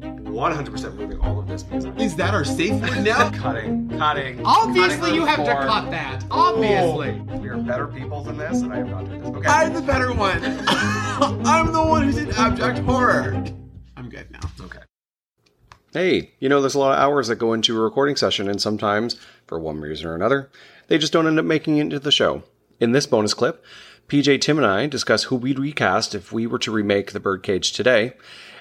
100% moving all of this music. Is that our safe word now? Cutting, cutting. Obviously, cutting you have to room cut that. Obviously. four. We are better people than this, and I am not doing this. Okay. Oh. I'm the better one. I'm the one who's in abject horror. I'm good now. okay. Hey, you know, there's a lot of hours that go into a recording session, and sometimes, for one reason or another, they just don't end up making it into the show. In this bonus clip, PJ, Tim, and I discuss who we'd recast if we were to remake The Birdcage today,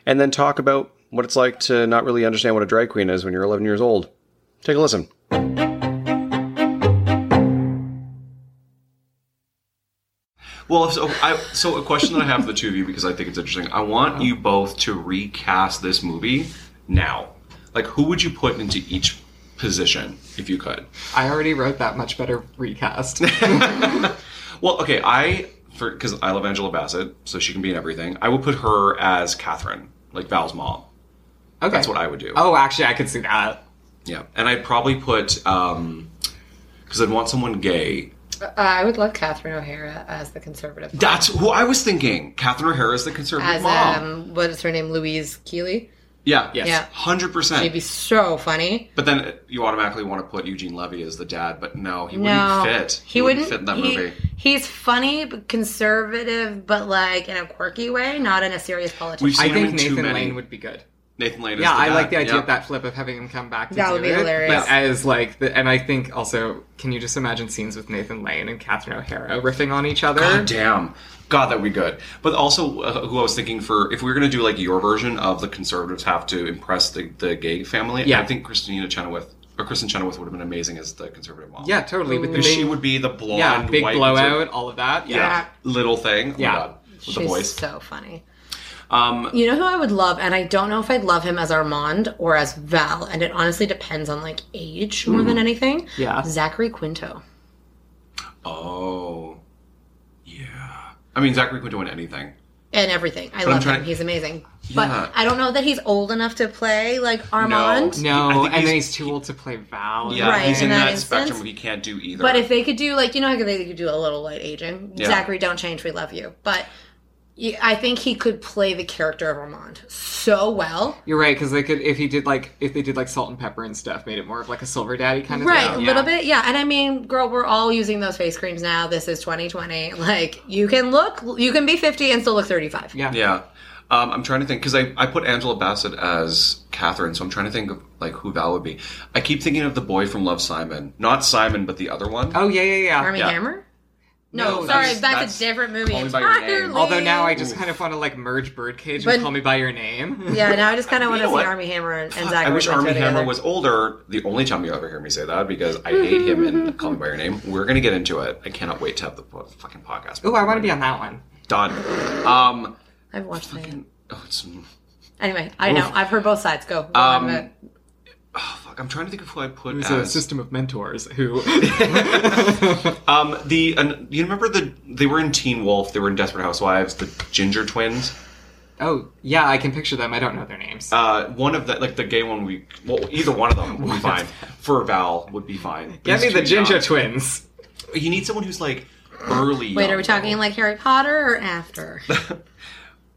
and then talk about what it's like to not really understand what a drag queen is when you're 11 years old. Take a listen. Well, so I, so a question that I have for the two of you because I think it's interesting. I want Uh-huh. you both to recast this movie now. Like, who would you put into each position if you could? I already wrote that much better recast. Well, okay, I for because I love Angela Bassett, so she can be in everything. I would put her as Catherine, like Val's mom. Okay. That's what I would do. Oh, actually, I could see that. Yeah, and I'd probably put um because I'd want someone gay. Uh, I would love Catherine O'Hara as the conservative. mom. That's who I was thinking. Catherine O'Hara is the conservative as mom. um, what is her name? Louise Keeley. yeah, Yes. Yeah. hundred She'd be percent. so funny. But then you automatically want to put Eugene Levy as the dad, but no, he No, wouldn't fit. He, wouldn't fit in that he- movie. He's funny, but conservative, but like in a quirky way, not in a serious politician. We've seen I him think in too Nathan many. Lane would be good. Nathan Lane. yeah, is the I dad. like the idea yeah. of that flip of having him come back. To That do would be it, hilarious. But as like, the, and I think also, can you just imagine scenes with Nathan Lane and Catherine O'Hara riffing on each other? God damn. God, that would be good. But also, uh, who I was thinking for, if we were going to do like your version of the conservatives have to impress the, the gay family, Yeah. I think Christina Chenoweth or Kristen Chenoweth would have been amazing as the conservative mom. Yeah, totally. With the Because big, she would be the blonde, yeah, big white blowout, conservative- all of that. Yeah. Yeah. Little thing. Oh my Yeah. God. With She's the voice. so funny. Um, You know who I would love, and I don't know if I'd love him as Armand or as Val, and it honestly depends on like age more Mm. than anything. Yeah. Zachary Quinto. oh. Yeah. I mean, Zachary Quinto in anything. and everything. I But I'm love trying him. to- He's amazing. Yeah. But I don't know that he's old enough to play like Armand. I No, think and he's- then he's too old to play Val. Yeah, Right, he's in in that that, instance. spectrum where he can't do either. But if they could do like you know how they could do a little light aging, Yeah. Zachary, don't change, we love you. But y- I think he could play the character of Armand so well. You're right, because they could if he did like if they did like salt and pepper and stuff, made it more of like a silver daddy kind of Right, thing. a Yeah. little bit, yeah. And I mean, girl, we're all using those face creams now. This is 2020. Like, you can look, you can be 50 and still look 35. Yeah. Yeah. Um, I'm trying to think because I, I put Angela Bassett as Catherine, so I'm trying to think of like who Val would be. I keep thinking of the boy from Love Simon, not Simon, but the other one. Oh yeah, yeah, yeah. Army Yeah. Hammer? No, No, sorry, that's- that's, that's a different movie Call Me By Your Name. entirely. Although now I just Oof. kind of want to like merge Birdcage But- and Call Me by Your Name. Yeah, now I just kind of want to know see what? Army Hammer and, and I Zachary. wish Quinto Army together. Hammer was older. The only time you ever hear me say that because I hate him and Call Me by Your Name. We're gonna get into it. I cannot wait to have the po- fucking podcast. Ooh, I want to be on that one. done. Um, I've watched that. oh, it's, Anyway, I know I've heard both sides. Go. go Um, on with it. oh, fuck, I'm trying to think of who I put It was a as system of mentors who. um the an, you remember the they were in Teen Wolf, they were in Desperate Housewives, the Ginger Twins. oh yeah, I can picture them. I don't know their names. Uh, one of the like the gay one we well either one of them would be fine. For Val would be fine. Get me These the two Ginger young- Twins. You need someone who's like early. Wait, young. are we talking like Harry Potter or after?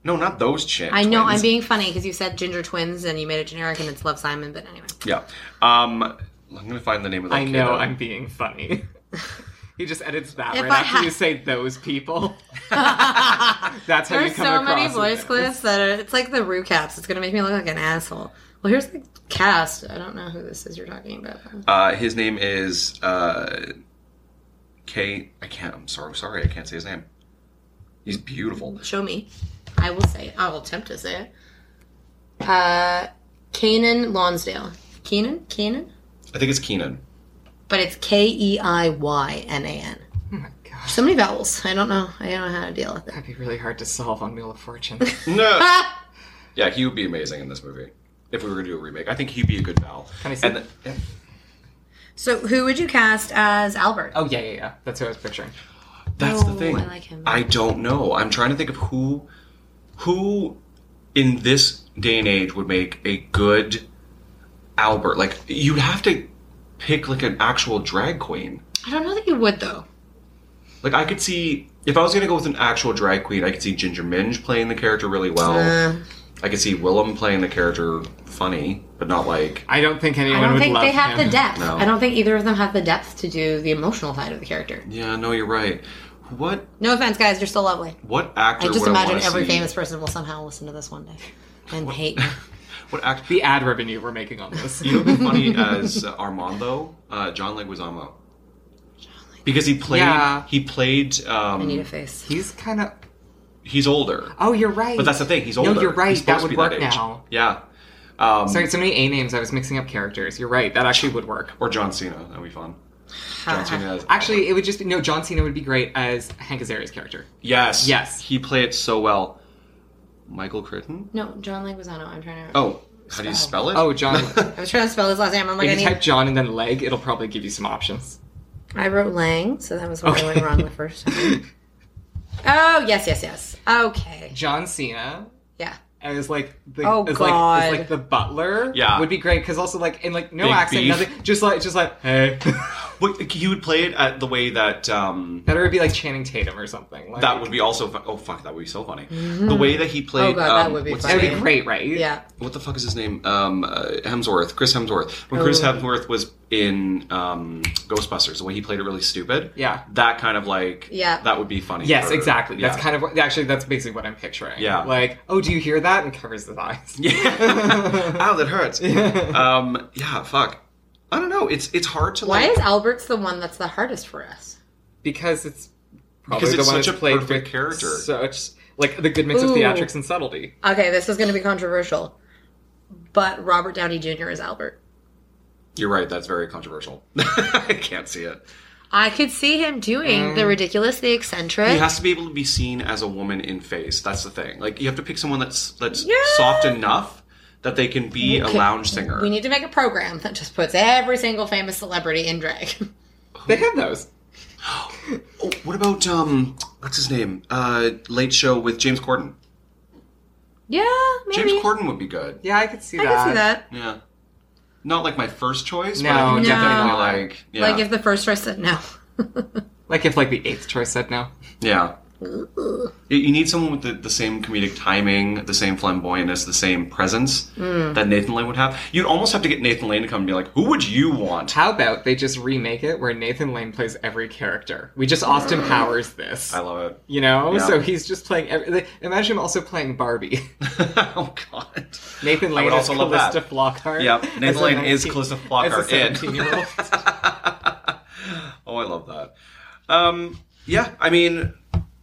No, not those chicks. I know I'm being funny because you said Ginger Twins and you made it generic and it's Love Simon, but anyway. Yeah. Um, I'm gonna find the name of that. I kid. know I'm being funny. he just edits that If right I after had- you say those people. That's how you There's come so across. many in voice this. clips that are, it's like the Rue caps. It's gonna make me look like an asshole. Well, here's the cast. I don't know who this is you're talking about. Uh, his name is uh, Kate. I can't. I'm sorry. I'm sorry. I can't say his name. He's beautiful. Show me. I will say. It. I will attempt to say it. Uh, Kanan Lonsdale. Keenan. Keenan. I think it's Keenan. but it's K E I Y N A N. Oh my gosh, So many vowels. I don't know. I don't know how to deal with it. that'd be really hard to solve on Wheel of Fortune. No. Ah! yeah, he would be amazing in this movie. If we were gonna do a remake, I think he'd be a good Val. Can I see? And the- So who would you cast as Albert? oh yeah, yeah, yeah. That's what I was picturing. That's the No, thing. I like him. I don't know. I'm trying to think of who who in this day and age would make a good Albert. Like you'd have to pick like an actual drag queen. I don't know that you would though. Like I could see if I was gonna go with an actual drag queen, I could see Ginger Minge playing the character really well. Uh, I I could see Willem playing the character funny, but not like I don't think anyone I don't would think love they have him. the depth. No. I don't think either of them have the depth to do the emotional side of the character. yeah. No, you're right. What No offense, guys, you're still lovely. what actor? I just would imagine wanna every see- famous person will somehow listen to this one day and hate. me. What act? The ad revenue we're making on this. You know, what'd be funny as uh, Armando, uh, John Leguizamo, because he played Yeah. he played um, I need a face. He's kind of. he's older, Oh, you're right. but that's the thing he's No, older. you're right. He's supposed That to would be work age. now. Yeah, um, Sorry, so many A names. I was mixing up characters. You're right. That actually would work. or John Cena. That'd be fun. John Cena. As, Actually, it would just be no. John Cena would be great as Hank Azaria's character. yes, Yes. he played it so well. Michael Crichton. No, John Leguizamo. I'm trying to. Oh, how do you spell it? Oh, John. I was trying to spell his last name. I'm like, I if you need. type John and then leg, it'll probably give you some options. I wrote Lang, so that was what I went Okay. wrong the first time. Oh yes, yes, yes. Okay. John Cena Yeah. and is like the Oh, is like God. is like the butler. Yeah. would be great because also like in like no Big accent, beef. nothing. Just like just like hey. But he would play it at the way that um, that would be like Channing Tatum or something. Like, that would be also. Fun. Oh fuck, that would be so funny. The Mm-hmm. way that he played. Oh, God, that um, would be what's that his would be name? great, right? Yeah. what the fuck is his name? Um, uh, Hemsworth, Chris Hemsworth. When Chris Oh. Hemsworth was in um, Ghostbusters, the way he played it really stupid. Yeah. that kind of like. Yeah. that would be funny. Yes, for- exactly. That's yeah. kind of what, actually that's basically what I'm picturing. Yeah. Like, oh, do you hear that? And covers his eyes. Yeah. Ow, that hurts. um, yeah, fuck. I don't know. It's it's hard to Why like is Albert's the one that's the hardest for us? because it's probably Because the it's one such that's a played perfect with character. Such like the good mix Ooh. of theatrics and subtlety. Okay, this is going to be controversial, but Robert Downey Jr. is Albert. You're right. That's very controversial. I can't see it. I could see him doing the ridiculous, the eccentric. Mm. He has to be able to be seen as a woman in face. That's the thing. Like you have to pick someone that's that's Yeah. soft enough that they can be Okay, a lounge singer. we need to make a program that just puts every single famous celebrity in drag. They have those. Oh, what about um what's his name? Uh Late Show with James Corden. yeah, maybe. James Corden would be good. Yeah, I could see I that. can see that. Yeah. Not like my first choice, but No, I think No. definitely like yeah. Like if the first choice said no. Like if like the eighth choice said no. yeah. You- You need someone with the, the same comedic timing, the same flamboyantness, the same presence Mm. that Nathan Lane would have. You'd almost have to get Nathan Lane to come and be like, "Who would you want?" How about they just remake it where Nathan Lane plays every character? We just Austin Powers this. I love it. You know, Yeah. so he's just playing. Every, like, imagine him also playing Barbie. oh God. Nathan I Lane would is also love that. Calista Flockhart. Yep, as Nathan a Lane is 19 Calista as Flockhart a in. 17-year-old. oh, I love that. Um, yeah, I mean,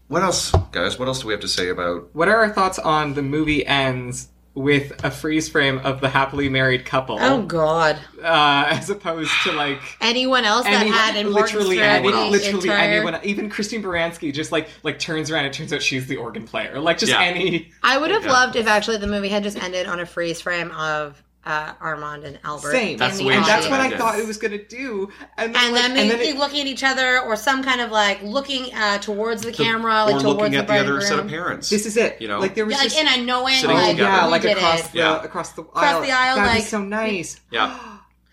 what else, guys? What else do we have to say about? What are our thoughts on the movie ends with a freeze frame of the happily married couple, Oh God! uh, as opposed to like Anyone else that any, had important literally, strategy, any, literally entire- anyone, even Christine Baranski, just like like turns around. It turns out she's the organ player. Like just Yeah. any. I would have Yeah. loved if actually the movie had just ended on a freeze frame of uh, Armand and Albert. Same. in That's the way and Yeah. that's what I Yeah. thought it was gonna do. And then, and like, then maybe it- looking at each other or some kind of like looking uh, towards the camera, like or towards looking the at the other bridegroom. set of parents. this is it. You know? like there was Yeah, like just in a knowing, sitting like together. Oh, yeah, we like did across it the Yeah. across the Across aisle. the aisle, That'd like- be so nice. Yeah.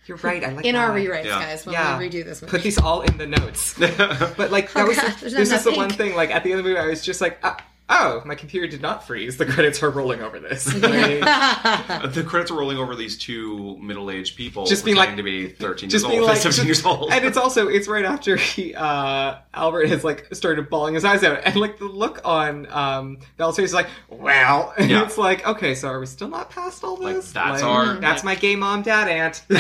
You're right. I like in our that. rewrites, Yeah. guys. When Yeah. we redo this movie, Put these all in the notes. But like that Oh was gosh, there's this not is the enough one ink. thing. Like at the end of the movie, I was just like, uh, oh, my computer did not freeze. The credits are rolling over this. Like, the credits are rolling over these two middle-aged people, Just being pretending like- to be thirteen years just being old, like, seventeen years old. and it's also it's right after he uh Albert has like started bawling his eyes out, and like the look on um Bell's face is like, wow. And Yeah. it's like, okay, so are we still not past all Like, this? that's our- Mm-hmm. that's my gay mom, dad, aunt.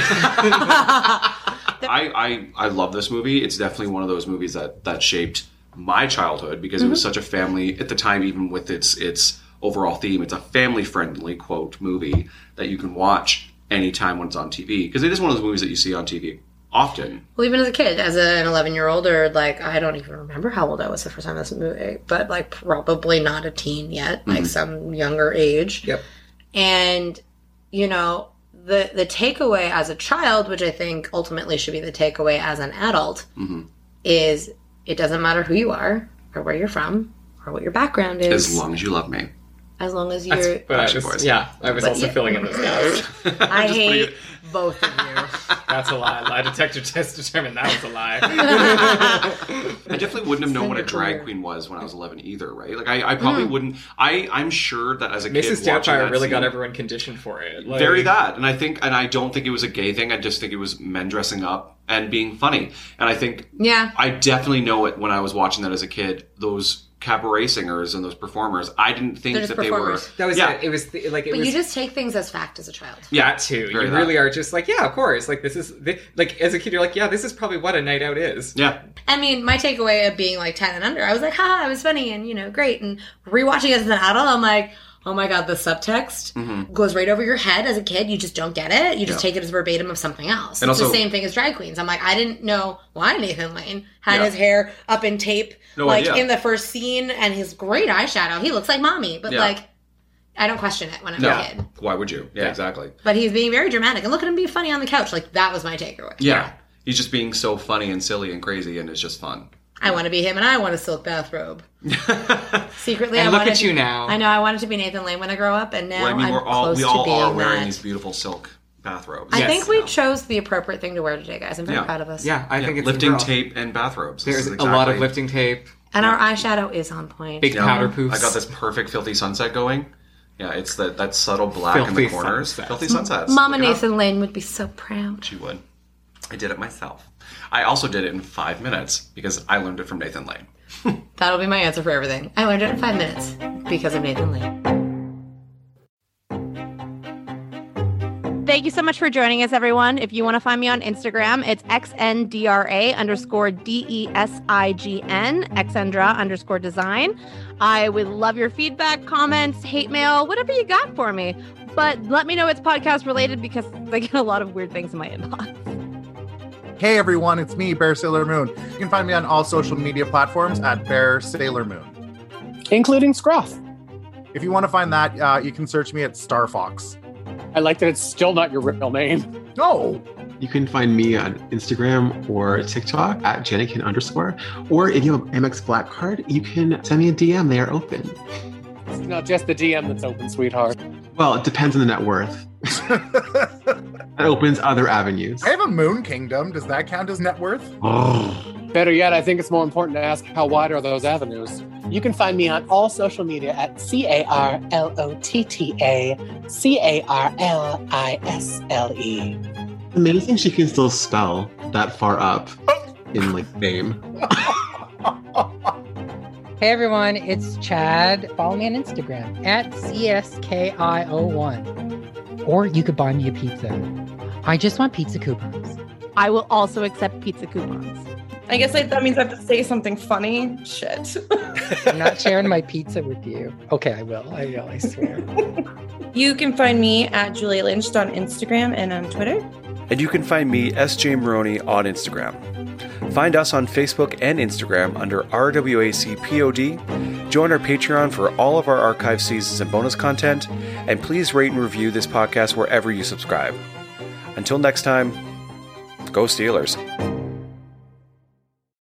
I, I I love this movie. It's definitely one of those movies that that shaped my childhood because Mm-hmm. it was such a family at the time, even with its its overall theme. It's a family friendly quote movie that you can watch anytime when it's on TV because it is one of those movies that you see on TV often. well, even as a kid, as an eleven-year-old, or like I don't even remember how old I was the first time this movie, but like probably not a teen yet, like some younger age. Mm-hmm. Yep. and you know the the takeaway as a child which i think ultimately should be the takeaway as an adult Mm-hmm. is it doesn't matter who you are or where you're from or what your background is As long as you love me, As long as That's- you're, but I Backstreet was, Boys. yeah, I was But also you- filling in those gaps. I Just putting hate it- both of you. That's a lie. Lie detector test determined that was a lie. I definitely wouldn't have known what a Finger drag clear. Hmm. queen was when I was 11 either, right? Like, I, I probably wouldn't. I, I'm sure that as a kid, Mrs. watching Doubtfire that really got scene- everyone conditioned for it. Like, Very that. And I think, and I don't think it was a gay thing. I just think it was men dressing up and being funny. And I think Yeah. I definitely know it when I was watching that as a kid. Those cabaret singers and those performers, I didn't think They're just that they were. performers. That was yeah. it. It was the, like it But was you just take things as fact as a child. Yeah. that too. You Very that. really are just like, yeah, of course. Like this is thi- like as a kid, you're like, yeah, this is probably what a night out is. Yeah. I mean, my takeaway of being like 10 and under, I was like, haha, it was funny and, you know, great. And rewatching it as an adult, I'm like, oh my God, the subtext goes right over your head as a kid. You just don't get it. You just Mm-hmm. Yeah. take it as verbatim of something else. And it's also- the same thing as drag queens. I'm like, I didn't know why Nathan Lane had Yeah. his hair up in tape, No like idea. in the first scene, and his great eyeshadow. He looks like mommy, but Yeah. like, I don't question it when I'm No. a kid. Why would you? Yeah, exactly. But he's being very dramatic. And look at him being funny on the couch. Like, that was my takeaway. Yeah. He's just being so funny and silly and crazy, and it's just fun. I want to be him, and I want a silk bathrobe. Secretly, And I look wanted at you now. I know I wanted to be Nathan Lane when I grow up, and now Well, I mean, am we're all close we all to being are wearing that. these beautiful silk bathrobes. I Yes. think we chose the appropriate thing to wear today, guys. I'm very Yeah. proud of us. Yeah, I think it's lifting we're all- tape and bathrobes. This There's is a lot of exactly- lifting tape, and our eyeshadow is on point. big Yeah. powder poofs. I got this perfect filthy sunset going. Yeah, it's that that subtle black in Filthy the corners. sunsets. Filthy sunsets. Mama Look it up. Nathan Lane would be so proud. She would. I did it myself. I also did it in five minutes because I learned it from Nathan Lane. That'll be my answer for everything. I learned it in five minutes because of Nathan Lane. Thank you so much for joining us, everyone. If you want to find me on Instagram, it's xndra underscore d e s i g n xndra underscore design. I would love your feedback, comments, hate mail, whatever you got for me. But let me know it's podcast related because I get a lot of weird things in my inbox. Hey everyone, it's me, Bear Sailor Moon. You can find me on all social media platforms at Bear Sailor Moon. including Scruff. If you want to find that, uh, you can search me at Star Fox. I like that it's still not your real name. No, You can find me on Instagram or TikTok at Janikin underscore. Or if you have an MX Black card, you can send me a DM. They are open. It's not just the DM that's open, sweetheart. Well, it depends on the net worth. I That opens other avenues. have a Moon Kingdom. Does that count as net worth? Oh. Better yet, I think it's more important to ask how wide are those avenues. You can find me on all social media at C A R L O T T A C A R L I S L E. Amazing she can still spell that far up in like name. Hey everyone, it's Chad. Follow me on Instagram at CSKIO1. Or you could buy me a pizza. I just want pizza coupons. I will also accept pizza coupons. I guess like, that means I have to say something funny. Shit. I'm not sharing my pizza with you. Okay, I will. I will, I swear. you can find me at Julia Lynch on Instagram and on Twitter. And you can find me, SJ Maroney, on Instagram. Find us on Facebook and Instagram under RWACPOD. Join our Patreon for all of our archive seasons and bonus content. And please rate and review this podcast wherever you subscribe. Until next time, go Steelers.